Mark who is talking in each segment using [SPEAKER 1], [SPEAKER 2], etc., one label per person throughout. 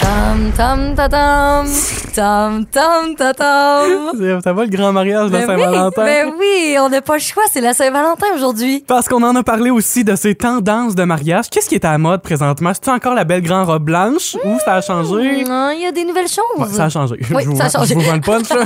[SPEAKER 1] Tam tam ta tam. Tam tam ta tam.
[SPEAKER 2] C'est- Ça va le grand mariage de
[SPEAKER 1] Ben
[SPEAKER 2] Saint-Valentin?
[SPEAKER 1] Oui, ben oui, on n'a pas le choix, c'est la Saint-Valentin aujourd'hui.
[SPEAKER 2] Parce qu'on en a parlé aussi de ces tendances de mariage. Qu'est-ce qui est à la mode présentement? C'est encore la belle grande robe blanche ou ça a changé?
[SPEAKER 1] Non, Hein, Il y a des nouvelles choses.
[SPEAKER 2] Ouais, ça a changé.
[SPEAKER 1] Mmh. Oui,
[SPEAKER 2] je vous
[SPEAKER 1] ça a
[SPEAKER 2] vends-
[SPEAKER 1] changé.
[SPEAKER 2] je vous vends le punch. là.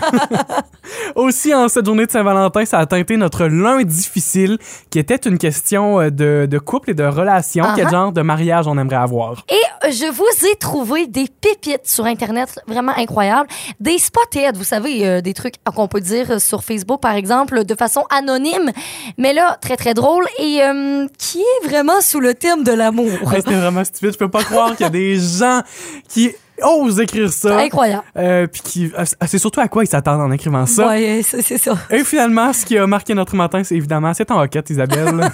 [SPEAKER 2] Aussi, en cette journée de Saint-Valentin, ça a teinté notre lundi difficile, qui était une question euh, de, de couple et de relation. Quel
[SPEAKER 1] Uh-huh.
[SPEAKER 2] genre de mariage on aimerait avoir?
[SPEAKER 1] Et euh, je vous ai trouvé des pépites sur Internet vraiment incroyables. Des spotheads, vous savez, euh, des trucs qu'on peut dire euh, sur Facebook, par exemple, de façon anonyme, mais là, très, très drôle et euh, qui est vraiment sous le thème de l'amour.
[SPEAKER 2] Ouais, C'était vraiment stupide. Je peux pas croire qu'il y a des gens qui osent écrire ça.
[SPEAKER 1] Incroyable.
[SPEAKER 2] Euh, puis qui, ah, c'est surtout à quoi ils s'attendent en écrivant ça.
[SPEAKER 1] Ouais, c'est c'est ça.
[SPEAKER 2] Et finalement, ce qui a marqué notre matin, c'est évidemment, c'est en hoquette, Isabelle.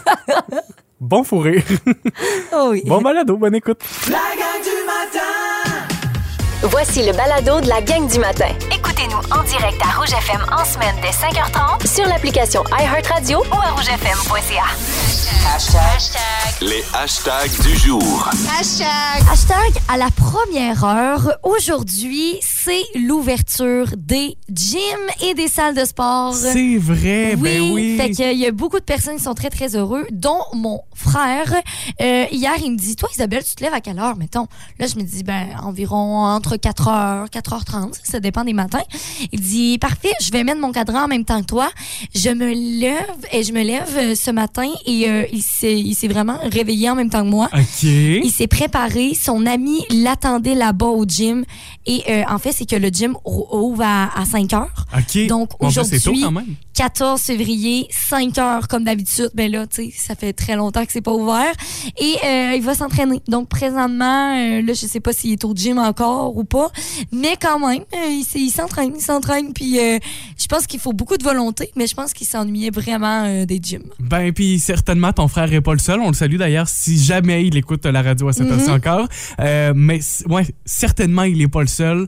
[SPEAKER 2] bon fourré.
[SPEAKER 1] Oh oui.
[SPEAKER 2] Bon balado, bonne écoute.
[SPEAKER 3] Voici le balado de la gang du matin. Écoutez-nous en direct à Rouge FM en semaine dès 5h30 sur l'application iHeartRadio ou à rougefm.ca.
[SPEAKER 4] Les hashtags du jour.
[SPEAKER 1] Hashtag à la première heure. Aujourd'hui, c'est l'ouverture des gyms et des salles de sport.
[SPEAKER 2] C'est vrai, ben oui.
[SPEAKER 1] Fait qu'il y a beaucoup de personnes qui sont très, très heureux, dont mon frère. Euh, hier, il me dit Toi, Isabelle, tu te lèves à quelle heure, mettons Là, je me dis ben, Environ entre 4h, 4h30, ça dépend des matins. Il dit Parfait, je vais mettre mon cadran en même temps que toi. Je me lève et je me lève euh, ce matin et euh, il s'est il s'est vraiment réveillé en même temps que moi. Il
[SPEAKER 2] OK.
[SPEAKER 1] s'est préparé. Son ami l'attendait là-bas au gym. Et euh, en fait, c'est que le gym rou- ouvre à, à 5 heures.
[SPEAKER 2] OK.
[SPEAKER 1] Donc,
[SPEAKER 2] Mon Dieu, c'est tôt
[SPEAKER 1] aujourd'hui-
[SPEAKER 2] quand même.
[SPEAKER 1] 14 février, 5 heures comme d'habitude. Ben là, tu sais, ça fait très longtemps que c'est pas ouvert. Et euh, il va s'entraîner. Donc, présentement, euh, là, je sais pas s'il est au gym encore ou pas. Mais quand même, euh, il s'est- il s'entraîne, il s'entraîne. Puis, euh, je pense qu'il faut beaucoup de volonté, mais je pense qu'il s'ennuyait vraiment euh, des gyms.
[SPEAKER 2] Ben, puis certainement, ton frère est pas le seul. On le salue d'ailleurs si jamais il écoute la radio à cette
[SPEAKER 1] Mhm.
[SPEAKER 2] heure-ci encore. Euh, mais, c- ouais, certainement, il est pas le seul.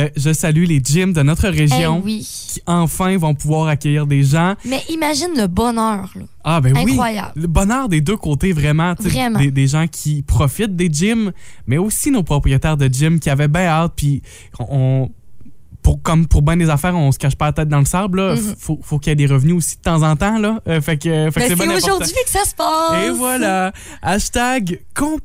[SPEAKER 2] Euh, je salue les gyms de notre
[SPEAKER 1] Eh
[SPEAKER 2] région
[SPEAKER 1] oui.
[SPEAKER 2] qui enfin vont pouvoir accueillir des gens.
[SPEAKER 1] Mais imagine le bonheur, là.
[SPEAKER 2] Ah, ben
[SPEAKER 1] Incroyable.
[SPEAKER 2] oui. Le bonheur des deux côtés, vraiment. tu sais,
[SPEAKER 1] Vraiment.
[SPEAKER 2] Des, des gens qui profitent des gyms, mais aussi nos propriétaires de gyms qui avaient bien hâte. Puis, on. on- Pour, comme pour bien des affaires, on se cache pas la tête dans le sable. là.
[SPEAKER 1] Mhm.
[SPEAKER 2] Faut, faut qu'il y ait des revenus aussi de temps en temps. Là. Euh, fait que, fait que
[SPEAKER 1] Ben,
[SPEAKER 2] c'est
[SPEAKER 1] c'est
[SPEAKER 2] bien important.
[SPEAKER 1] aujourd'hui que ça se passe.
[SPEAKER 2] Et voilà, hashtag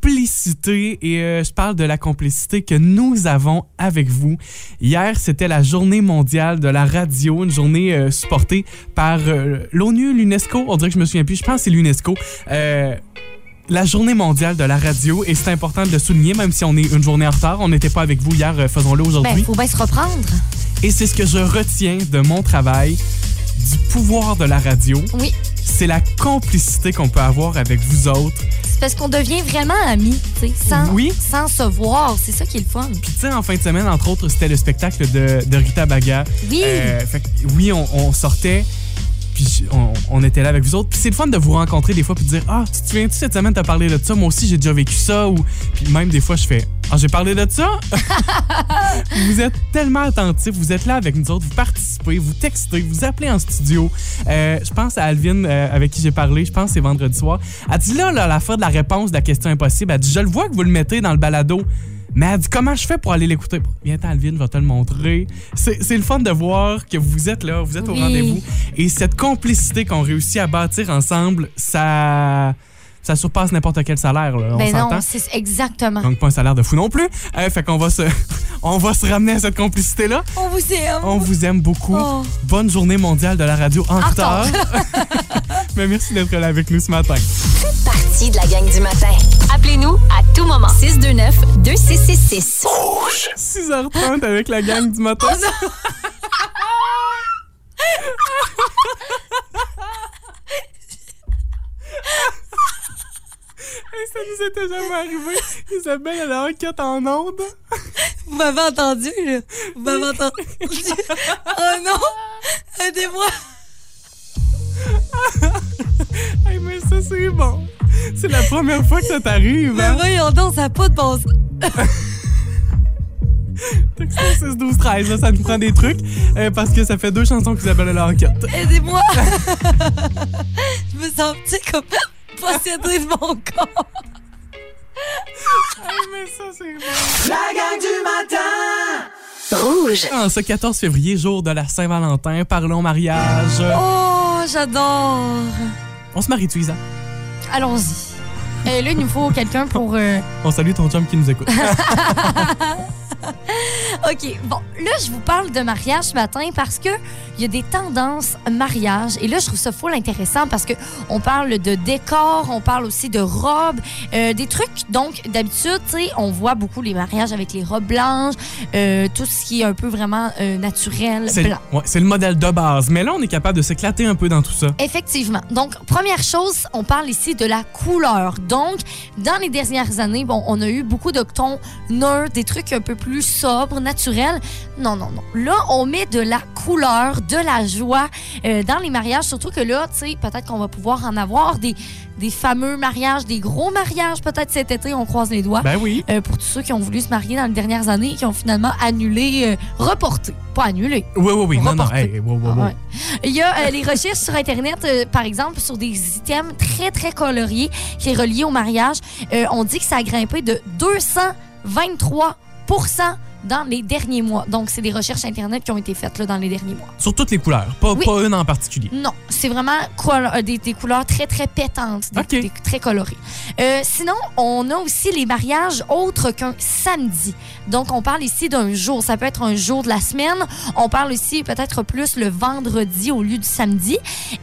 [SPEAKER 2] complicité. Et euh, je parle de la complicité que nous avons avec vous. Hier, c'était la journée mondiale de la radio, une journée euh, supportée par euh, l'ONU, l'UNESCO. On dirait que je me souviens plus, je pense que c'est l'UNESCO. Euh, la journée mondiale de la radio, et c'est important de le souligner, même si on est une journée en retard, on n'était pas avec vous hier, euh, faisons-le aujourd'hui.
[SPEAKER 1] Ben, faut bien se reprendre.
[SPEAKER 2] Et c'est ce que je retiens de mon travail, du pouvoir de la radio.
[SPEAKER 1] Oui.
[SPEAKER 2] C'est la complicité qu'on peut avoir avec vous autres.
[SPEAKER 1] C'est parce qu'on devient vraiment amis, tu sais, sans,
[SPEAKER 2] Oui.
[SPEAKER 1] sans se voir. C'est ça qui est le fun.
[SPEAKER 2] Puis tu sais, en fin de semaine, entre autres, c'était le spectacle de, de Rita Baga.
[SPEAKER 1] Oui.
[SPEAKER 2] Euh, fait que, oui, on, on sortait, puis je- on, on était là avec vous autres. Puis c'est le fun de vous rencontrer des fois, puis de dire Ah, tu te souviens-tu cette semaine, t'as parlé de ça Moi aussi, j'ai déjà vécu ça. Ou, puis même des fois, je fais Ah, j'ai parlé de ça Vous êtes tellement attentifs, vous êtes là avec nous autres, vous participez, vous textez, vous appelez en studio. Euh, je pense à Alvin, euh, avec qui j'ai parlé, je pense que c'est vendredi soir. Elle dit là, là, la fois de la réponse de la question impossible, elle dit Je le vois que vous le mettez dans le balado. Mais elle dit comment je fais pour aller l'écouter? Bon, Viens, t'en, Alvin, je vais te le montrer. C'est c'est le fun de voir que vous êtes là, vous êtes au
[SPEAKER 1] Oui.
[SPEAKER 2] rendez-vous. Et cette complicité qu'on réussit à bâtir ensemble, ça, ça surpasse n'importe quel salaire. Là. On
[SPEAKER 1] Ben
[SPEAKER 2] s'entend?
[SPEAKER 1] non, c'est exactement.
[SPEAKER 2] Donc pas un salaire de fou non plus. Euh, fait qu'on va se, on va se ramener à cette complicité là.
[SPEAKER 1] On vous aime.
[SPEAKER 2] On vous aime beaucoup.
[SPEAKER 1] Oh.
[SPEAKER 2] Bonne journée mondiale de la radio en,
[SPEAKER 1] retard.
[SPEAKER 2] retard. Mais merci d'être là avec nous ce matin.
[SPEAKER 3] Faites partie de la gang du matin. Appelez-nous à tout moment. 629-2666.
[SPEAKER 2] 6h30 avec la gang du
[SPEAKER 1] Oh,
[SPEAKER 2] matin. Hey, Ça nous était jamais arrivé. Isabelle, elle a enquête en onde.
[SPEAKER 1] Vous m'avez entendu, là. Vous m'avez entendu. oh non! Aidez-moi!
[SPEAKER 2] Hey, mais ça, c'est bon. C'est la première fois que ça t'arrive.
[SPEAKER 1] Mais
[SPEAKER 2] Hein?
[SPEAKER 1] voyons donc, ça n'a pas de bon sens.
[SPEAKER 2] Texto 6, 12, 13, là, ça nous prend des trucs. euh, parce que ça fait deux chansons qu'Isabelle a la enquête.
[SPEAKER 1] Aidez-moi! Je me sens petit comme possédée de mon corps.
[SPEAKER 2] mais ça, c'est bon.
[SPEAKER 5] La gang du matin
[SPEAKER 3] Rouge.
[SPEAKER 2] En ce 14 février, jour de la Saint-Valentin, parlons mariage.
[SPEAKER 6] Oh, j'adore.
[SPEAKER 2] On se marie, tu Isa.
[SPEAKER 6] Allons-y. Et Euh, là, il nous faut quelqu'un pour. euh,
[SPEAKER 2] On salue ton chum qui nous écoute.
[SPEAKER 6] OK. Bon, là, je vous parle de mariage ce matin parce que il y a des tendances mariage. Et là, je trouve ça full intéressant parce que on parle de décor, on parle aussi de robes, euh, des trucs. Donc, d'habitude, tu sais, on voit beaucoup les mariages avec les robes blanches, euh, tout ce qui est un peu vraiment euh, naturel,
[SPEAKER 2] C'est
[SPEAKER 6] blanc.
[SPEAKER 2] ouais, c'est le modèle de base. Mais là, on est capable de s'éclater un peu dans tout ça.
[SPEAKER 6] Effectivement. Donc, première chose, on parle ici de la couleur. Donc, dans les dernières années, bon, on a eu beaucoup de tons neutres, des trucs un peu plus sobres, naturels. Non, non, non. Là, on met de la couleur, de la joie euh, dans les mariages. Surtout que là, tu sais, peut-être qu'on va pouvoir en avoir des, des fameux mariages, des gros mariages. Peut-être cet été, on croise les doigts.
[SPEAKER 2] Ben oui.
[SPEAKER 6] euh, pour tous ceux qui ont voulu se marier dans les dernières années et qui ont finalement annulé, euh, reporté, pas annulé,
[SPEAKER 2] Oui, oui, oui. Non, non.
[SPEAKER 6] Reporter.
[SPEAKER 2] Hey, hey, wow, wow, wow.
[SPEAKER 6] Ah Ouais. Il y a euh, les recherches sur Internet, euh, par exemple, sur des items très, très coloriés qui est relié au mariage. Euh, on dit que ça a grimpé de 223 dans les derniers mois. Donc, c'est des recherches Internet qui ont été faites là, dans les derniers mois.
[SPEAKER 2] Sur toutes les couleurs. Pas,
[SPEAKER 6] Oui.
[SPEAKER 2] pas une en particulier.
[SPEAKER 6] Non, c'est vraiment col- euh, des, des couleurs très, très pétantes, des,
[SPEAKER 2] OK.
[SPEAKER 6] des- très colorées. Euh, sinon, on a aussi les mariages autres qu'un samedi. Donc, on parle ici d'un jour. Ça peut être un jour de la semaine. On parle aussi peut-être plus le vendredi au lieu du samedi.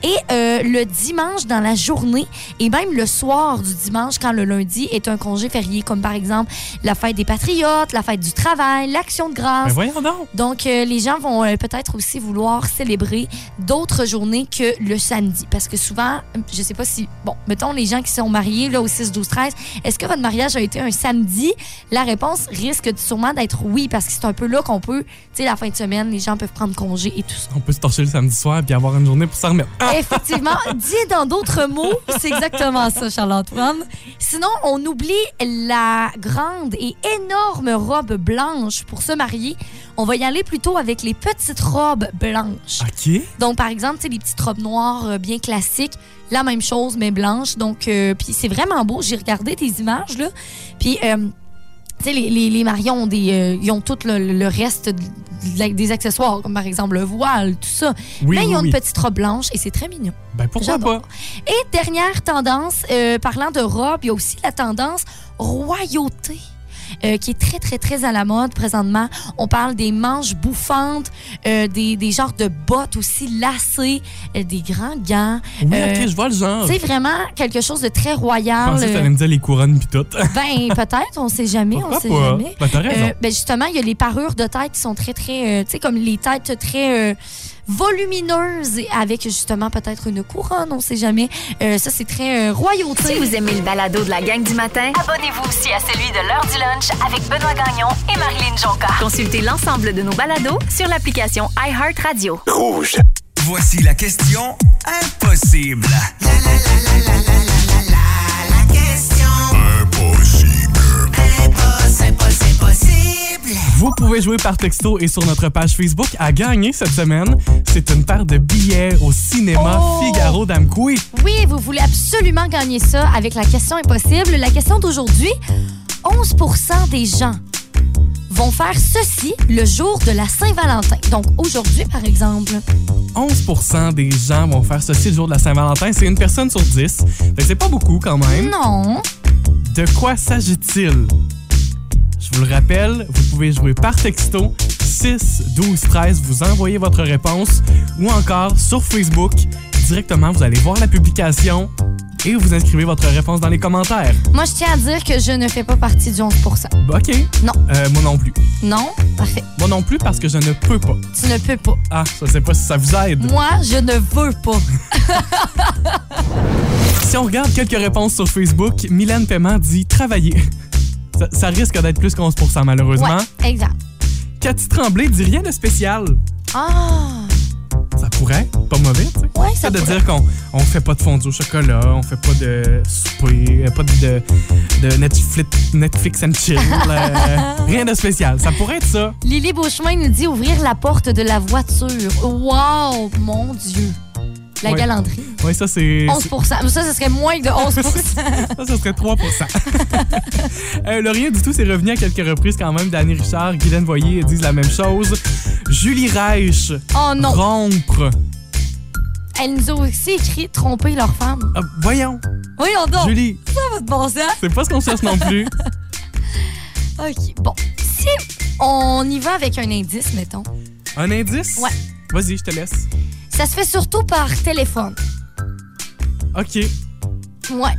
[SPEAKER 6] Et euh, le dimanche dans la journée et même le soir du dimanche quand le lundi est un congé férié, comme par exemple la fête des Patriotes, la fête du travail, l'action de grâce.
[SPEAKER 2] Ben voyons donc.
[SPEAKER 6] Donc, euh, les gens vont euh, peut-être aussi vouloir célébrer d'autres journées que le samedi. Parce que souvent, je sais pas si, bon, mettons les gens qui sont mariés là, au 6, 12, 13, est-ce que votre mariage a été un samedi? La réponse risque de- sûrement d'être oui, parce que c'est un peu là qu'on peut, tu sais, la fin de semaine, les gens peuvent prendre congé et tout ça.
[SPEAKER 2] On peut se torcher le samedi soir puis avoir une journée pour s'en remettre. Ah,
[SPEAKER 6] Effectivement, dit dans d'autres mots, c'est exactement ça, Charles-Antoine. Sinon, on oublie la grande et énorme robe blanche pour se marier. On va y aller plutôt avec les petites robes blanches.
[SPEAKER 2] OK.
[SPEAKER 6] Donc, par exemple, tu sais, les petites robes noires euh, bien classiques, la même chose, mais blanche. Donc, euh, puis c'est vraiment beau. J'ai regardé tes images, là. Puis, euh, tu sais, les, les, les mariés ont, des, euh, ils ont tout le, le reste de- de- des accessoires, comme par exemple le voile, tout ça.
[SPEAKER 2] Oui,
[SPEAKER 6] mais
[SPEAKER 2] oui,
[SPEAKER 6] ils ont
[SPEAKER 2] oui.
[SPEAKER 6] une petite robe blanche et c'est très mignon.
[SPEAKER 2] Ben pourquoi
[SPEAKER 6] J'adore.
[SPEAKER 2] pas?
[SPEAKER 6] Et dernière tendance, euh, parlant de robe, il y a aussi la tendance royauté. euh, qui est très, très, très à la mode présentement. On parle des manches bouffantes, euh, des, des genres de bottes aussi lacées, euh, des grands gants.
[SPEAKER 2] Oui,
[SPEAKER 6] Euh,
[SPEAKER 2] OK, je vois le genre.
[SPEAKER 6] C'est vraiment quelque chose de très
[SPEAKER 2] Je
[SPEAKER 6] royal. euh,
[SPEAKER 2] pensais que t'allais me dire les couronnes puis tout.
[SPEAKER 6] Ben, peut-être, on sait jamais, on
[SPEAKER 2] Pourquoi
[SPEAKER 6] sait
[SPEAKER 2] pas?
[SPEAKER 6] jamais.
[SPEAKER 2] Ben t'as raison.
[SPEAKER 6] Euh, ben justement, il y a les parures de tête qui sont très, très, euh, tu sais, comme les têtes très euh, volumineuses et avec justement peut-être une couronne, on sait jamais. Euh, ça, c'est très euh,
[SPEAKER 3] Si
[SPEAKER 6] royauté.
[SPEAKER 3] vous aimez le balado de la gang du matin, abonnez-vous aussi à celui de l'heure du lunch avec Benoît Gagnon et Marilyn Jonca. Consultez l'ensemble de nos balados sur l'application iHeartRadio.
[SPEAKER 4] Rouge.
[SPEAKER 7] Voici la question impossible.
[SPEAKER 2] Vous pouvez jouer par texto et sur notre page Facebook à gagner cette semaine. C'est une paire de billets au cinéma
[SPEAKER 6] Oh!
[SPEAKER 2] Figaro d'Amkoui.
[SPEAKER 6] Oui, vous voulez absolument gagner ça avec la question impossible. La question d'aujourd'hui, 11 des gens vont faire ceci le jour de la Saint-Valentin. Donc aujourd'hui, par exemple.
[SPEAKER 2] 11 des gens vont faire ceci le jour de la Saint-Valentin. C'est une personne sur 10. Fait que c'est pas beaucoup quand même.
[SPEAKER 6] Non.
[SPEAKER 2] De quoi s'agit-il? Je vous le rappelle, vous pouvez jouer par texto 6 12 13, vous envoyez votre réponse ou encore sur Facebook. Directement, vous allez voir la publication et vous inscrivez votre réponse dans les commentaires.
[SPEAKER 6] Moi, je tiens à dire que je ne fais pas partie du 11
[SPEAKER 2] Bah, OK.
[SPEAKER 6] Non.
[SPEAKER 2] Euh, moi non plus.
[SPEAKER 6] Non? Parfait.
[SPEAKER 2] Moi non plus parce que je ne peux pas.
[SPEAKER 6] Tu ne peux pas.
[SPEAKER 2] Ah, je sais pas si ça vous aide.
[SPEAKER 6] Moi, je ne veux pas.
[SPEAKER 2] Si on regarde quelques réponses sur Facebook, Mylène Paiement dit travailler. Ça, ça risque d'être plus que 11 malheureusement.
[SPEAKER 6] Ouais, exact.
[SPEAKER 2] Cathy Tremblay dit rien de spécial.
[SPEAKER 6] Ah!
[SPEAKER 2] Ça pourrait être pas mauvais, tu sais.
[SPEAKER 6] Ouais, ça
[SPEAKER 2] Ça de
[SPEAKER 6] pourrait.
[SPEAKER 2] dire qu'on on fait pas de fondue au chocolat, on fait pas de souper, euh, pas de, de Netflix, Netflix and chill. euh, rien de spécial. Ça pourrait être ça.
[SPEAKER 6] Lily Beauchemin nous dit ouvrir la porte de la voiture. Wow, mon Dieu. La
[SPEAKER 2] Ouais.
[SPEAKER 6] galanterie.
[SPEAKER 2] Oui, ça, c'est.
[SPEAKER 6] 11 Mais Ça, ce serait moins de 11
[SPEAKER 2] Ça, ça serait 3 euh, Le rien du tout, c'est revenu à quelques reprises quand même. Danny Richard, Guylaine Voyer disent la même chose. Julie Reich,
[SPEAKER 6] Oh non.
[SPEAKER 2] rompre.
[SPEAKER 6] Elle nous a aussi écrit tromper leur femme.
[SPEAKER 2] Ah, voyons,
[SPEAKER 6] Voyons donc.
[SPEAKER 2] Julie,
[SPEAKER 6] Ça va de bon sens.
[SPEAKER 2] c'est pas ce qu'on cherche non plus.
[SPEAKER 6] OK. Bon. Si on y va avec un indice, mettons.
[SPEAKER 2] Un indice?
[SPEAKER 6] Ouais.
[SPEAKER 2] Vas-y, je te laisse.
[SPEAKER 6] Ça se fait surtout par téléphone.
[SPEAKER 2] OK,
[SPEAKER 6] Ouais.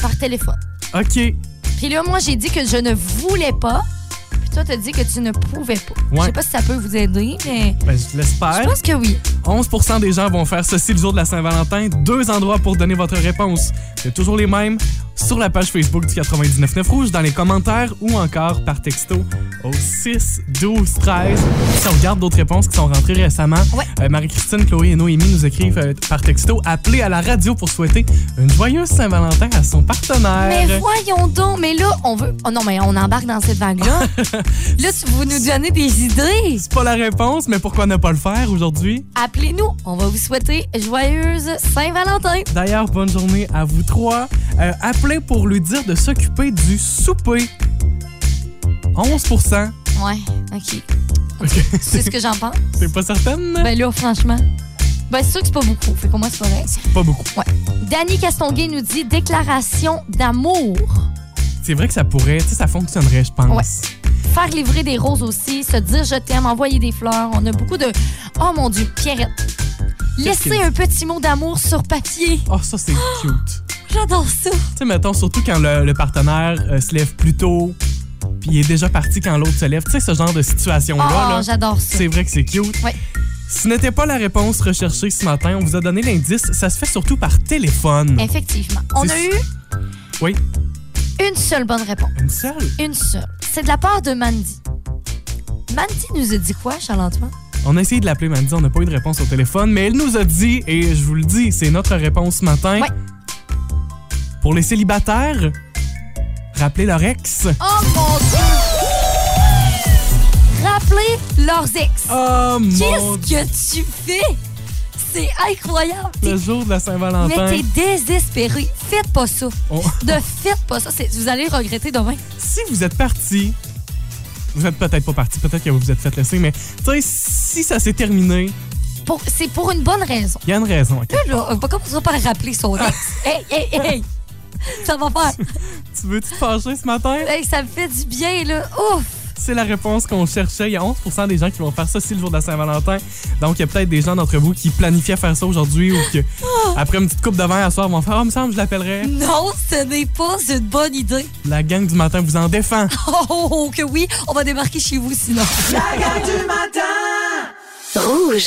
[SPEAKER 6] Par téléphone.
[SPEAKER 2] OK.
[SPEAKER 6] Puis là, moi, j'ai dit que je ne voulais pas. Puis toi, t'as dit que tu ne pouvais pas. Je
[SPEAKER 2] Ouais.
[SPEAKER 6] sais pas si ça peut vous aider, mais
[SPEAKER 2] Ben, je
[SPEAKER 6] je
[SPEAKER 2] l'espère.
[SPEAKER 6] pense que oui.
[SPEAKER 2] 11 des gens vont faire ceci le jour de la Saint-Valentin. Deux endroits pour donner votre réponse. C'est toujours les mêmes sur la page Facebook du 99.9 Rouge, dans les commentaires ou encore par texto au 6 12 13. Si on regarde d'autres réponses qui sont rentrées récemment,
[SPEAKER 6] Ouais.
[SPEAKER 2] euh, Marie-Christine, Chloé et Noémie nous écrivent euh, par texto Appelez à la radio pour souhaiter une joyeuse Saint-Valentin à son partenaire.
[SPEAKER 6] Mais voyons donc, mais là, on veut. Oh non, mais on embarque dans cette vague-là. là, tu- vous nous donnez des idées.
[SPEAKER 2] C'est pas la réponse, mais pourquoi ne pas le faire aujourd'hui?
[SPEAKER 6] Appelez-nous. On va vous souhaiter joyeuse Saint-Valentin.
[SPEAKER 2] D'ailleurs, bonne journée à vous trois. Euh, appelez pour lui dire de s'occuper du souper. 11
[SPEAKER 6] Ouais, OK. Tu sais ce que j'en pense?
[SPEAKER 2] T'es pas certaine?
[SPEAKER 6] Ben là, franchement. Ben, c'est sûr que c'est pas beaucoup. Fait pour moi, c'est pas vrai.
[SPEAKER 2] Pas beaucoup.
[SPEAKER 6] Danny Castonguay nous dit déclaration d'amour.
[SPEAKER 2] C'est vrai que ça pourrait, tu sais, ça fonctionnerait, je pense.
[SPEAKER 6] Faire livrer des roses aussi, se dire je t'aime, envoyer des fleurs. On a beaucoup de. Oh mon Dieu, Pierrette. Laisser
[SPEAKER 2] que-
[SPEAKER 6] un petit mot d'amour sur papier.
[SPEAKER 2] Oh, ça, c'est cute. Tu
[SPEAKER 6] J'adore ça.
[SPEAKER 2] sais, mettons, surtout quand le, le partenaire euh, se lève plus tôt, puis il est déjà parti quand l'autre se lève. Tu sais, ce genre de situation-là.
[SPEAKER 6] Oh,
[SPEAKER 2] là.
[SPEAKER 6] j'adore ça.
[SPEAKER 2] hein? C'est vrai que c'est cute.
[SPEAKER 6] Ouais.
[SPEAKER 2] Ce n'était pas la réponse recherchée ce matin. On vous a donné l'indice. Ça se fait surtout par téléphone.
[SPEAKER 6] Effectivement. On a
[SPEAKER 2] C'est-
[SPEAKER 6] eu
[SPEAKER 2] Oui.
[SPEAKER 6] une seule bonne réponse.
[SPEAKER 2] Une seule?
[SPEAKER 6] Une seule. C'est de la part de Mandy. Mandy nous a dit quoi, Charles-Antoine?
[SPEAKER 2] On a essayé de l'appeler Mandy, on n'a pas eu de réponse au téléphone, mais elle nous a dit, et je vous le dis, c'est notre réponse ce matin.
[SPEAKER 6] Ouais.
[SPEAKER 2] Pour les célibataires, rappelez leur ex.
[SPEAKER 6] Oh mon Dieu! Rappeler leurs ex.
[SPEAKER 2] Oh mon Dieu,
[SPEAKER 6] Qu'est-ce que tu fais? C'est incroyable.
[SPEAKER 2] le
[SPEAKER 6] T'es-
[SPEAKER 2] jour de la
[SPEAKER 6] Mais
[SPEAKER 2] Saint-Valentin.
[SPEAKER 6] t'es désespéré. Faites pas ça.
[SPEAKER 2] On-
[SPEAKER 6] Ne faites pas ça. C'est- Vous allez regretter demain.
[SPEAKER 2] Si vous êtes parti, vous êtes peut-être pas parti, peut-être que vous vous êtes fait laisser, mais tu sais, si ça s'est terminé,
[SPEAKER 6] Pour- C'est pour une bonne raison.
[SPEAKER 2] il y a une raison. ok?
[SPEAKER 6] Là, là, on va commencer par rappeler son ex. hey, hey, hey! Ça va faire.
[SPEAKER 2] Tu veux te fâcher ce matin?
[SPEAKER 6] Hey, ça me fait du bien, là. Ouf!
[SPEAKER 2] C'est la réponse qu'on cherchait. Il y a 11 des gens qui vont faire ça si le jour de la Saint-Valentin. Donc, il y a peut-être des gens d'entre vous qui planifiaient faire ça aujourd'hui ou que,
[SPEAKER 6] Ah!
[SPEAKER 2] après une petite coupe de vin à soir, vont faire Ah, me semble, je l'appellerai.
[SPEAKER 6] Non, ce n'est pas une bonne idée.
[SPEAKER 2] La gang du matin vous en défend.
[SPEAKER 6] Oh, oh, oh, que oui, on va débarquer chez vous sinon.
[SPEAKER 5] La gang du matin!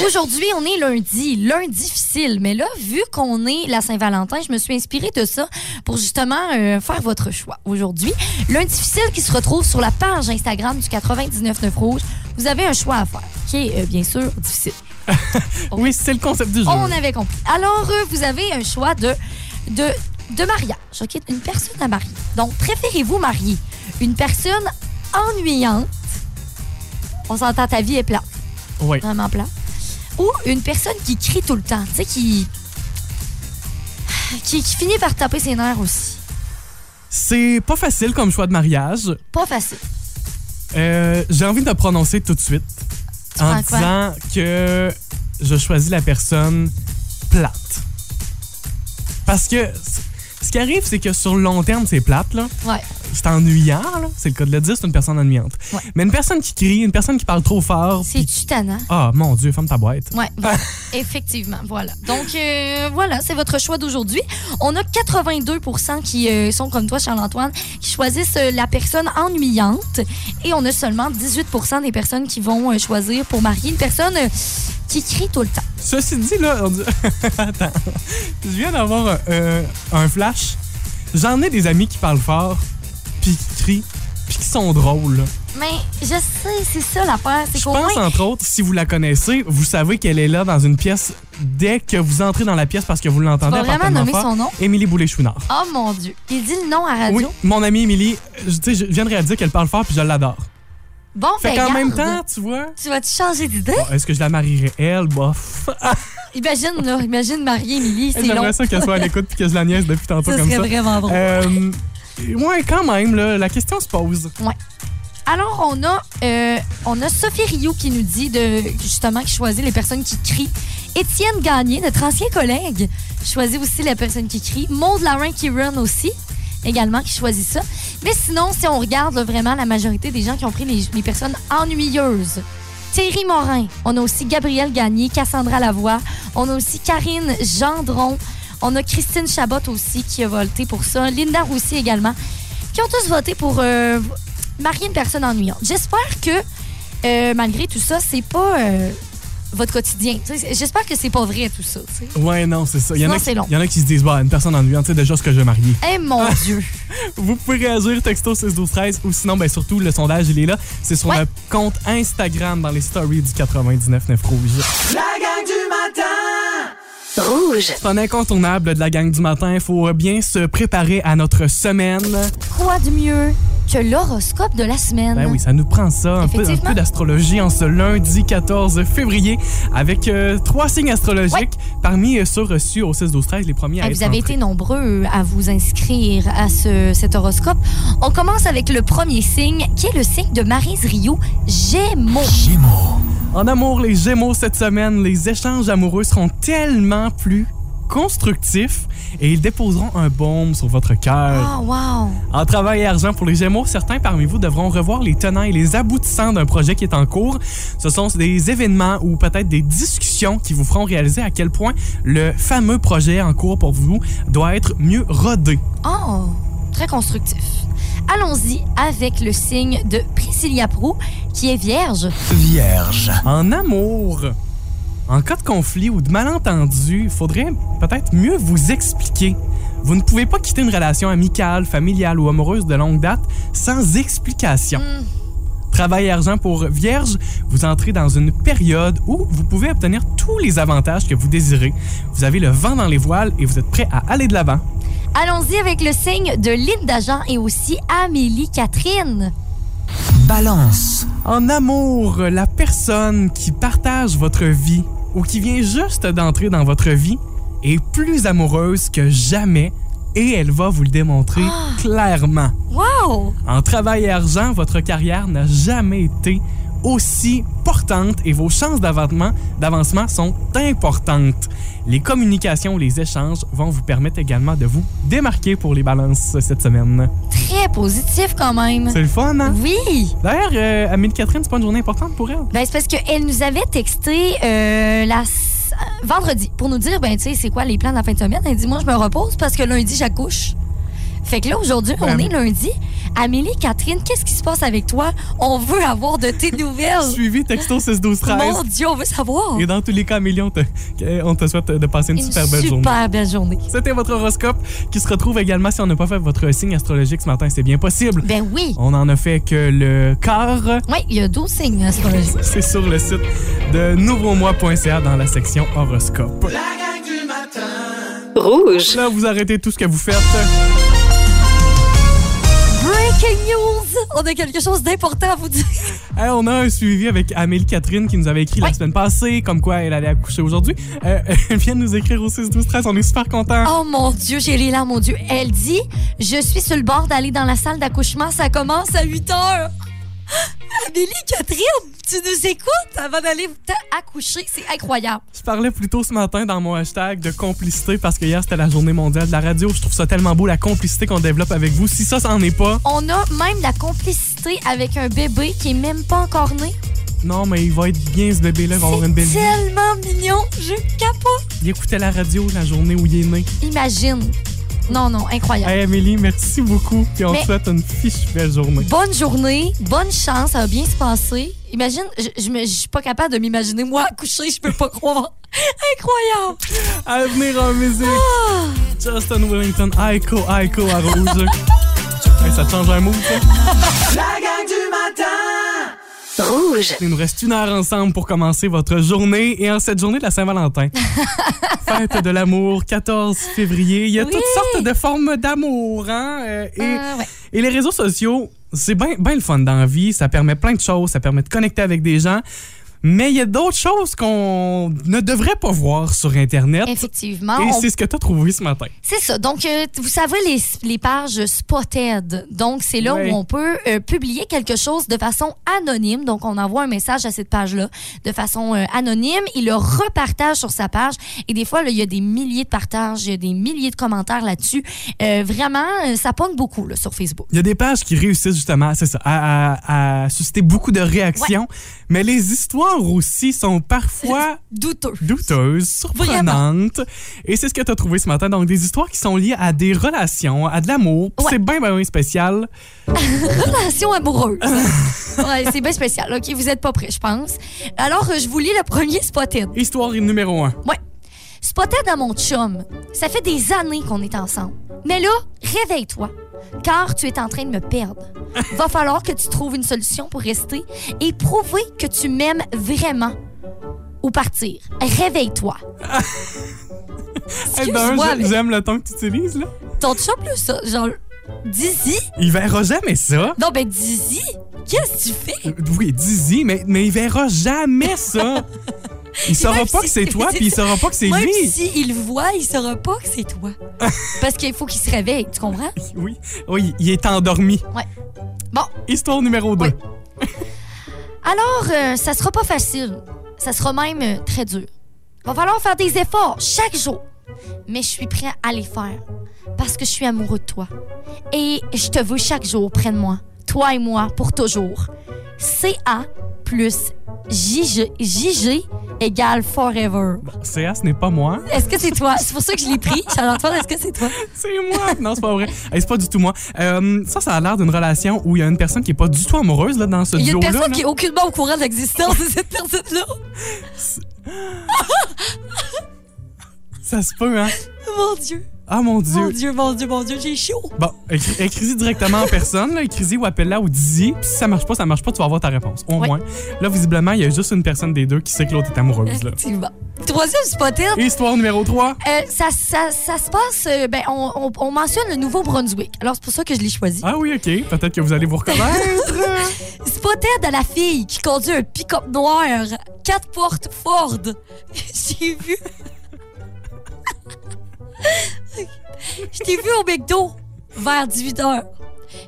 [SPEAKER 6] Aujourd'hui, on est lundi, lundi difficile. Mais là, vu qu'on est la Saint-Valentin, je me suis inspirée de ça pour justement euh, faire votre choix aujourd'hui. Lundi difficile qui se retrouve sur la page Instagram du 99.9 Rouge. Vous avez un choix à faire, qui est euh, bien sûr difficile.
[SPEAKER 2] Oui, c'est le concept du jour.
[SPEAKER 6] Ah! On avait compris. Alors, euh, vous avez un choix de, de, de mariage, OK? Une personne à marier. Donc, préférez-vous marier une personne ennuyante? On s'entend, ta vie est plate,
[SPEAKER 2] Oui.
[SPEAKER 6] vraiment plate. Ou une personne qui crie tout le temps, tu sais, qui, qui, qui finit par taper ses nerfs aussi.
[SPEAKER 2] C'est pas facile comme choix de mariage.
[SPEAKER 6] Pas facile.
[SPEAKER 2] Euh, J'ai envie de me prononcer tout de suite en
[SPEAKER 6] prends quoi?
[SPEAKER 2] disant que je choisis la personne plate. Parce que c- ce qui arrive, c'est que sur le long terme, c'est plate, là.
[SPEAKER 6] Ouais.
[SPEAKER 2] c'est ennuyant, là. c'est le cas de le dire, c'est une personne ennuyante.
[SPEAKER 6] Ouais.
[SPEAKER 2] Mais une personne qui crie, une personne qui parle trop fort,
[SPEAKER 6] C'est tutanant.
[SPEAKER 2] ah mon Dieu, ferme ta boîte.
[SPEAKER 6] Ouais, voilà. effectivement, voilà. Donc, euh, voilà, c'est votre choix d'aujourd'hui. On a 82 qui euh, sont comme toi, Charles-Antoine, qui choisissent euh, la personne ennuyante. Et on a seulement 18 des personnes qui vont euh, choisir pour marier une personne euh, qui crie tout le temps.
[SPEAKER 2] Ceci dit, là, on dit- attends, je viens d'avoir un, euh, un flash. J'en ai des amis qui parlent fort, puis qui crient, puis qui sont drôles. là.
[SPEAKER 6] Mais je sais, c'est ça l'affaire. C'est
[SPEAKER 2] Je
[SPEAKER 6] qu'au moins,
[SPEAKER 2] pense, entre autres, si vous la connaissez, vous savez qu'elle est là dans une pièce dès que vous entrez dans la pièce parce que vous l'entendez
[SPEAKER 6] Tu vas vraiment
[SPEAKER 2] apparemment
[SPEAKER 6] nommer
[SPEAKER 2] fort.
[SPEAKER 6] son nom?
[SPEAKER 2] Émilie Boulay-Chouinard.
[SPEAKER 6] oh mon Dieu, il dit le nom à
[SPEAKER 2] Oui,
[SPEAKER 6] radio.
[SPEAKER 2] mon amie Émilie, je, tu sais, je viendrai à dire qu'elle parle fort, puis je l'adore.
[SPEAKER 6] Bon,
[SPEAKER 2] Fait
[SPEAKER 6] ben,
[SPEAKER 2] qu'en
[SPEAKER 6] garde.
[SPEAKER 2] même temps, tu vois,
[SPEAKER 6] Tu vas-tu changer d'idée?
[SPEAKER 2] bon, est-ce que je la marierais elle? Bof.
[SPEAKER 6] Imagine, là, imagine marier Émilie, c'est long.
[SPEAKER 2] J'aimerais ça qu'elle soit à l'écoute puis que je la niaise depuis tantôt
[SPEAKER 6] Ça
[SPEAKER 2] comme
[SPEAKER 6] serait
[SPEAKER 2] ça.
[SPEAKER 6] vraiment drôle.
[SPEAKER 2] Euh, ouais, quand même, là, la question se pose.
[SPEAKER 6] Alors, on a, euh, on a Sophie Rioux qui nous dit de, justement qui choisit les personnes qui crient. Étienne Gagné, notre ancien collègue, choisit aussi les personnes qui crient. Maud Laurent qui run aussi, également, qui choisit ça. Mais sinon, si on regarde là, vraiment la majorité des gens qui ont pris les, les personnes ennuyeuses. Thierry Morin, on a aussi Gabriel Gagné, Cassandra Lavoie, on a aussi Karine Gendron, on a Christine Chabot aussi qui a voté pour ça, Linda Roussy également, qui ont tous voté pour euh, marier une personne ennuyante. J'espère que, euh, malgré tout ça, c'est pas euh, votre quotidien. Tu sais, J'espère que c'est pas vrai tout ça. tu sais.
[SPEAKER 2] Ouais, non, c'est ça. Il y, en
[SPEAKER 6] Sinon,
[SPEAKER 2] a
[SPEAKER 6] c'est
[SPEAKER 2] qui,
[SPEAKER 6] long.
[SPEAKER 2] il y en a qui se disent, bah, une personne ennuyante, c'est déjà ce que je vais marier.
[SPEAKER 6] Eh mon Dieu!
[SPEAKER 2] Vous pouvez réagir texto 6 12 13 ou sinon, ben, surtout, le sondage, il est là. C'est sur
[SPEAKER 6] Ouais.
[SPEAKER 2] notre compte Instagram dans les stories du 99.9 Rouge.
[SPEAKER 5] La gang du matin
[SPEAKER 2] C'est un incontournable de la gang du matin. Il faut bien se préparer à notre semaine.
[SPEAKER 6] Quoi de mieux que l'horoscope de la semaine?
[SPEAKER 2] Ben oui, ça nous prend ça, un peu, un
[SPEAKER 6] Effectivement.
[SPEAKER 2] peu d'astrologie en ce lundi 14 février avec euh, trois signes astrologiques parmi euh, ceux reçus au 6 12 13 les premiers à
[SPEAKER 6] Eh,
[SPEAKER 2] être
[SPEAKER 6] vous avez
[SPEAKER 2] entrés.
[SPEAKER 6] été nombreux à vous inscrire à ce, cet horoscope. On commence avec le premier signe, qui est le signe de Marise Rio, Gémeaux.
[SPEAKER 2] En amour, les Gémeaux cette semaine, les échanges amoureux seront tellement plus constructifs et ils déposeront un baume sur votre cœur.
[SPEAKER 6] Ah, wow!
[SPEAKER 2] En travail et argent pour les Gémeaux, certains parmi vous devront revoir les tenants et les aboutissants d'un projet qui est en cours. Ce sont des événements ou peut-être des discussions qui vous feront réaliser à quel point le fameux projet en cours pour vous doit être mieux rodé.
[SPEAKER 6] Oh, très constructif. Allons-y avec le signe de Priscilla Prou, qui est vierge.
[SPEAKER 7] Vierge.
[SPEAKER 2] En amour, en cas de conflit ou de malentendu, il faudrait peut-être mieux vous expliquer. Vous ne pouvez pas quitter une relation amicale, familiale ou amoureuse de longue date sans explication. Travail et argent pour Vierge, vous entrez dans une période où vous pouvez obtenir tous les avantages que vous désirez. Vous avez le vent dans les voiles et vous êtes prêt à aller de l'avant.
[SPEAKER 6] Allons-y avec le signe de Linda Jean et aussi Amélie Catherine.
[SPEAKER 7] Balance.
[SPEAKER 2] En amour, la personne qui partage votre vie ou qui vient juste d'entrer dans votre vie est plus amoureuse que jamais et elle va vous le démontrer clairement.
[SPEAKER 6] Wow!
[SPEAKER 2] En travail et argent, votre carrière n'a jamais été aussi portante et vos chances d'avancement, d'avancement sont importantes. Les communications, les échanges vont vous permettre également de vous démarquer pour les balances cette semaine.
[SPEAKER 6] Très positif quand même.
[SPEAKER 2] C'est le fun, hein?
[SPEAKER 6] Oui!
[SPEAKER 2] D'ailleurs, euh, Amélie Catherine, c'est pas une journée importante pour elle?
[SPEAKER 6] Ben, c'est parce qu'elle nous avait texté euh, la s- euh, vendredi pour nous dire, ben, tu sais, c'est quoi les plans de la fin de semaine. Elle dit, moi, je me repose parce que lundi, j'accouche. Fait que là, aujourd'hui, on
[SPEAKER 2] Ben.
[SPEAKER 6] est lundi. Amélie, Catherine, qu'est-ce qui se passe avec toi? On veut avoir de tes nouvelles.
[SPEAKER 2] suivi texto 6 12 13
[SPEAKER 6] Mon Dieu, on veut savoir.
[SPEAKER 2] et dans tous les cas Amélie on te, on te souhaite de passer une,
[SPEAKER 6] Une
[SPEAKER 2] super belle journée
[SPEAKER 6] super belle journée.
[SPEAKER 2] c'était votre horoscope qui se retrouve également si on n'a pas fait votre signe astrologique ce matin c'est bien possible
[SPEAKER 6] Ben oui.
[SPEAKER 2] on en a fait que le quart
[SPEAKER 6] Oui, il y a 12 signes hein, astrologiques.
[SPEAKER 2] c'est sur le site de nouveaumois.ca dans la section horoscope
[SPEAKER 5] La gang du matin
[SPEAKER 2] là vous arrêtez tout ce que vous faites
[SPEAKER 6] Breaking news! On a quelque chose d'important à vous dire.
[SPEAKER 2] Hey, on a un suivi avec Amélie Catherine qui nous avait écrit la
[SPEAKER 6] Ouais.
[SPEAKER 2] semaine passée comme quoi elle allait accoucher aujourd'hui Euh, elle vient de nous écrire au 6 12 13 on est super contents
[SPEAKER 6] Oh mon Dieu, j'ai les larmes, mon Dieu. Elle dit Je suis sur le bord d'aller dans la salle d'accouchement, ça commence à 8 heures. Amélie, Catherine, tu nous écoutes avant d'aller t'accoucher, c'est incroyable.
[SPEAKER 2] Je parlais plus tôt ce matin dans mon hashtag de complicité parce que hier c'était la journée mondiale de la radio. Je trouve ça tellement beau la complicité qu'on développe avec vous. Si ça, ça en est pas,
[SPEAKER 6] On a même la complicité avec un bébé qui est même pas encore né.
[SPEAKER 2] non, mais il va être bien ce bébé-là, il va avoir une belle
[SPEAKER 6] C'est
[SPEAKER 2] vie.
[SPEAKER 6] tellement mignon, je capote.
[SPEAKER 2] Il écoutait la radio la journée où il est né.
[SPEAKER 6] Imagine. Non, non, incroyable.
[SPEAKER 2] Hey Amélie, merci beaucoup. Puis on
[SPEAKER 6] Mais-
[SPEAKER 2] te souhaite une fiche belle journée.
[SPEAKER 6] Bonne journée, bonne chance, ça va bien se passer. Imagine, je- je me- je suis pas capable de m'imaginer moi accoucher, je peux pas croire. Incroyable.
[SPEAKER 2] À venir en musique.
[SPEAKER 6] Oh!
[SPEAKER 2] Justin Wellington, Aiko, Aiko à rouge. Hey, ça te change un mot, ça?
[SPEAKER 5] La gang du matin
[SPEAKER 2] Il nous reste une heure ensemble pour commencer votre journée et en cette journée de la Saint-Valentin. Fête de l'amour, 14 février. Il y a
[SPEAKER 6] Oui.
[SPEAKER 2] toutes sortes de formes d'amour. Hein? euh, Et,
[SPEAKER 6] Ah ouais.
[SPEAKER 2] et les réseaux sociaux c'est bien ben le fun dans la vie. Ça permet plein de choses. Ça permet de connecter avec des gens. Mais il y a d'autres choses qu'on ne devrait pas voir sur Internet.
[SPEAKER 6] Effectivement.
[SPEAKER 2] Et
[SPEAKER 6] on-
[SPEAKER 2] c'est ce que tu as trouvé ce matin.
[SPEAKER 6] C'est ça. Donc, euh, vous savez, les, les pages Spotted. Donc, c'est là
[SPEAKER 2] Ouais.
[SPEAKER 6] où on peut euh, publier quelque chose de façon anonyme. Donc, on envoie un message à cette page-là de façon euh, anonyme. Il le repartage sur sa page. Et des fois, là, il y a des milliers de partages, il y a des milliers de commentaires là-dessus. Euh, vraiment, euh, ça pogne beaucoup là, sur Facebook.
[SPEAKER 2] Il y a des pages qui réussissent justement c'est ça, à, à- à susciter beaucoup de réactions, mais les histoires aussi sont parfois
[SPEAKER 6] Douteux.
[SPEAKER 2] douteuses, surprenantes. Et c'est ce que tu as trouvé ce matin. Donc, des histoires qui sont liées à des relations, à de l'amour. Puis
[SPEAKER 6] Ouais.
[SPEAKER 2] C'est bien, bien, bien spécial.
[SPEAKER 6] Relation amoureuse. ouais, c'est bien spécial. OK, vous êtes pas prêts, je pense. Alors, euh, je vous lis le premier Spotted.
[SPEAKER 2] Histoire numéro un. Eh
[SPEAKER 6] Ouais. Spotted à mon chum. Ça fait des années qu'on est ensemble. Mais là, réveille-toi, car tu es en train de me perdre. Va falloir que tu trouves une solution pour rester et prouver que tu m'aimes vraiment. Ou partir. Réveille-toi.
[SPEAKER 2] Eh ben,
[SPEAKER 6] Excuse-moi,
[SPEAKER 2] j'a-
[SPEAKER 6] mais
[SPEAKER 2] j'aime le ton que tu utilises, là.
[SPEAKER 6] ton chum, là, ça, genre, dis-y.
[SPEAKER 2] Il verra jamais ça.
[SPEAKER 6] Non, ben, dis-y. Qu'est-ce que tu fais?
[SPEAKER 2] Oui, dis-y, mais, mais il verra jamais ça. Il saura
[SPEAKER 6] même
[SPEAKER 2] pas que
[SPEAKER 6] si-
[SPEAKER 2] c'est toi, puis il saura pas que c'est
[SPEAKER 6] Même
[SPEAKER 2] lui.
[SPEAKER 6] si il le voit, il saura pas que c'est toi. Parce qu'il faut qu'il se réveille, tu comprends?
[SPEAKER 2] Oui, oui, il est endormi.
[SPEAKER 6] Ouais. Bon,
[SPEAKER 2] Histoire numéro 2.
[SPEAKER 6] Ouais. Alors, euh, ça sera pas facile. Ça sera même euh, très dur. Va falloir faire des efforts chaque jour. Mais je suis prêt à les faire parce que je suis amoureux de toi. Et je te veux chaque jour près de moi. Toi et moi pour toujours. CA plus JG, JG égale forever.
[SPEAKER 2] CA, ce n'est pas moi.
[SPEAKER 6] Est-ce que c'est toi? C'est pour ça que je l'ai pris. Charles-Antoine, est-ce que c'est toi?
[SPEAKER 2] C'est moi! Non, c'est pas vrai. Hey, c'est pas du tout moi. Euh, ça, ça a l'air d'une relation où il y a une personne qui est pas du tout amoureuse là, dans ce
[SPEAKER 6] Il y a une
[SPEAKER 2] duo-là.
[SPEAKER 6] personne
[SPEAKER 2] là.
[SPEAKER 6] qui est aucunement au courant de l'existence de cette personne-là.
[SPEAKER 2] Ça se peut, hein?
[SPEAKER 6] Mon Dieu,
[SPEAKER 2] Ah mon Dieu!
[SPEAKER 6] mon Dieu, mon Dieu, mon Dieu, j'ai chaud.
[SPEAKER 2] Bon, écri- écris-y directement en personne, là. écris-y ou appelle-la ou dis-y. Puis si ça marche pas, ça marche pas, tu vas avoir ta réponse. Au
[SPEAKER 6] Ouais.
[SPEAKER 2] moins. Là, visiblement, il y a juste une personne des deux qui sait que l'autre est amoureuse. Là.
[SPEAKER 6] Effectivement. Troisième spotted,
[SPEAKER 2] Histoire numéro 3.
[SPEAKER 6] Euh, ça, ça, ça se passe, euh, ben, on, on- on mentionne le Nouveau-Brunswick. Alors, c'est pour ça que je l'ai choisi.
[SPEAKER 2] Ah oui, OK. Peut-être que vous allez vous reconnaître.
[SPEAKER 6] Spotted à la fille qui conduit un pick-up noir, quatre portes Ford. J'ai vu. Je t'ai vu au McDo vers 18h.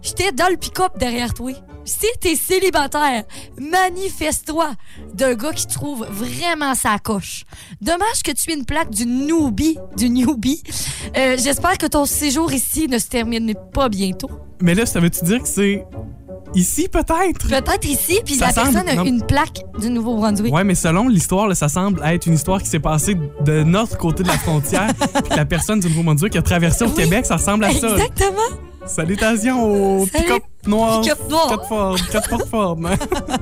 [SPEAKER 6] J'étais dans le pick-up derrière toi. Si t'es célibataire, manifeste-toi d'un gars qui trouve vraiment sa coche. Dommage que tu aies une plaque du newbie, du newbie. Euh, J'espère que ton séjour ici ne se termine pas bientôt.
[SPEAKER 2] Mais là, ça veut-tu dire que c'est ici, peut-être?
[SPEAKER 6] Peut-être ici, puis
[SPEAKER 2] Ça
[SPEAKER 6] la
[SPEAKER 2] semble-
[SPEAKER 6] personne a
[SPEAKER 2] non.
[SPEAKER 6] une plaque du Nouveau-Brunswick.
[SPEAKER 2] Ouais, mais selon l'histoire, là, ça semble être une histoire qui s'est passée de notre côté de la frontière. puis que la personne du Nouveau-Brunswick qui a traversé au
[SPEAKER 6] Oui.
[SPEAKER 2] Québec, ça ressemble à ça.
[SPEAKER 6] Exactement.
[SPEAKER 2] Salutations au
[SPEAKER 6] Salut.
[SPEAKER 2] pick-up noir.
[SPEAKER 6] Pick-up noir.
[SPEAKER 2] Quatre formes, quatre portes formes.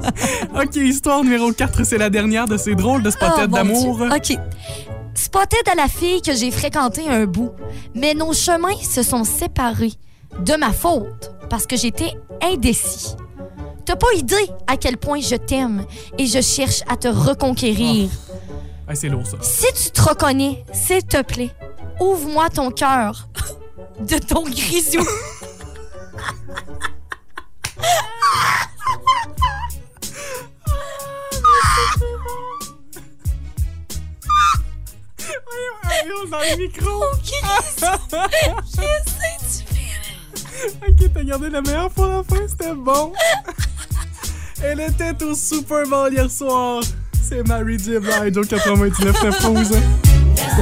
[SPEAKER 2] OK, histoire numéro 4, c'est la dernière de ces drôles de
[SPEAKER 6] Oh,
[SPEAKER 2] spotted
[SPEAKER 6] mon
[SPEAKER 2] d'amour.
[SPEAKER 6] Dieu. OK. Spotted à la fille que j'ai fréquentée un bout, mais nos chemins se sont séparés de ma faute parce que j'étais indécis. T'as pas idée à quel point je t'aime et je cherche à te reconquérir.
[SPEAKER 2] Ah, c'est lourd, ça.
[SPEAKER 6] Si tu te reconnais, s'il te plaît, ouvre-moi ton cœur de ton grisou.
[SPEAKER 2] dans le micro.
[SPEAKER 6] Qu'est-ce que tu fais?
[SPEAKER 2] OK, t'as gardé la meilleure pour la fin, c'était bon. Elle était au Super Bowl hier soir. C'est Mary J. Blige au 99 épouse.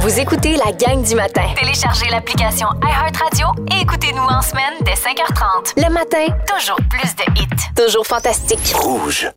[SPEAKER 3] Vous écoutez la gang du matin. Téléchargez l'application iHeartRadio et écoutez-nous en semaine dès 5h30. Le matin, toujours plus de hits. Toujours fantastique.
[SPEAKER 4] Rouge.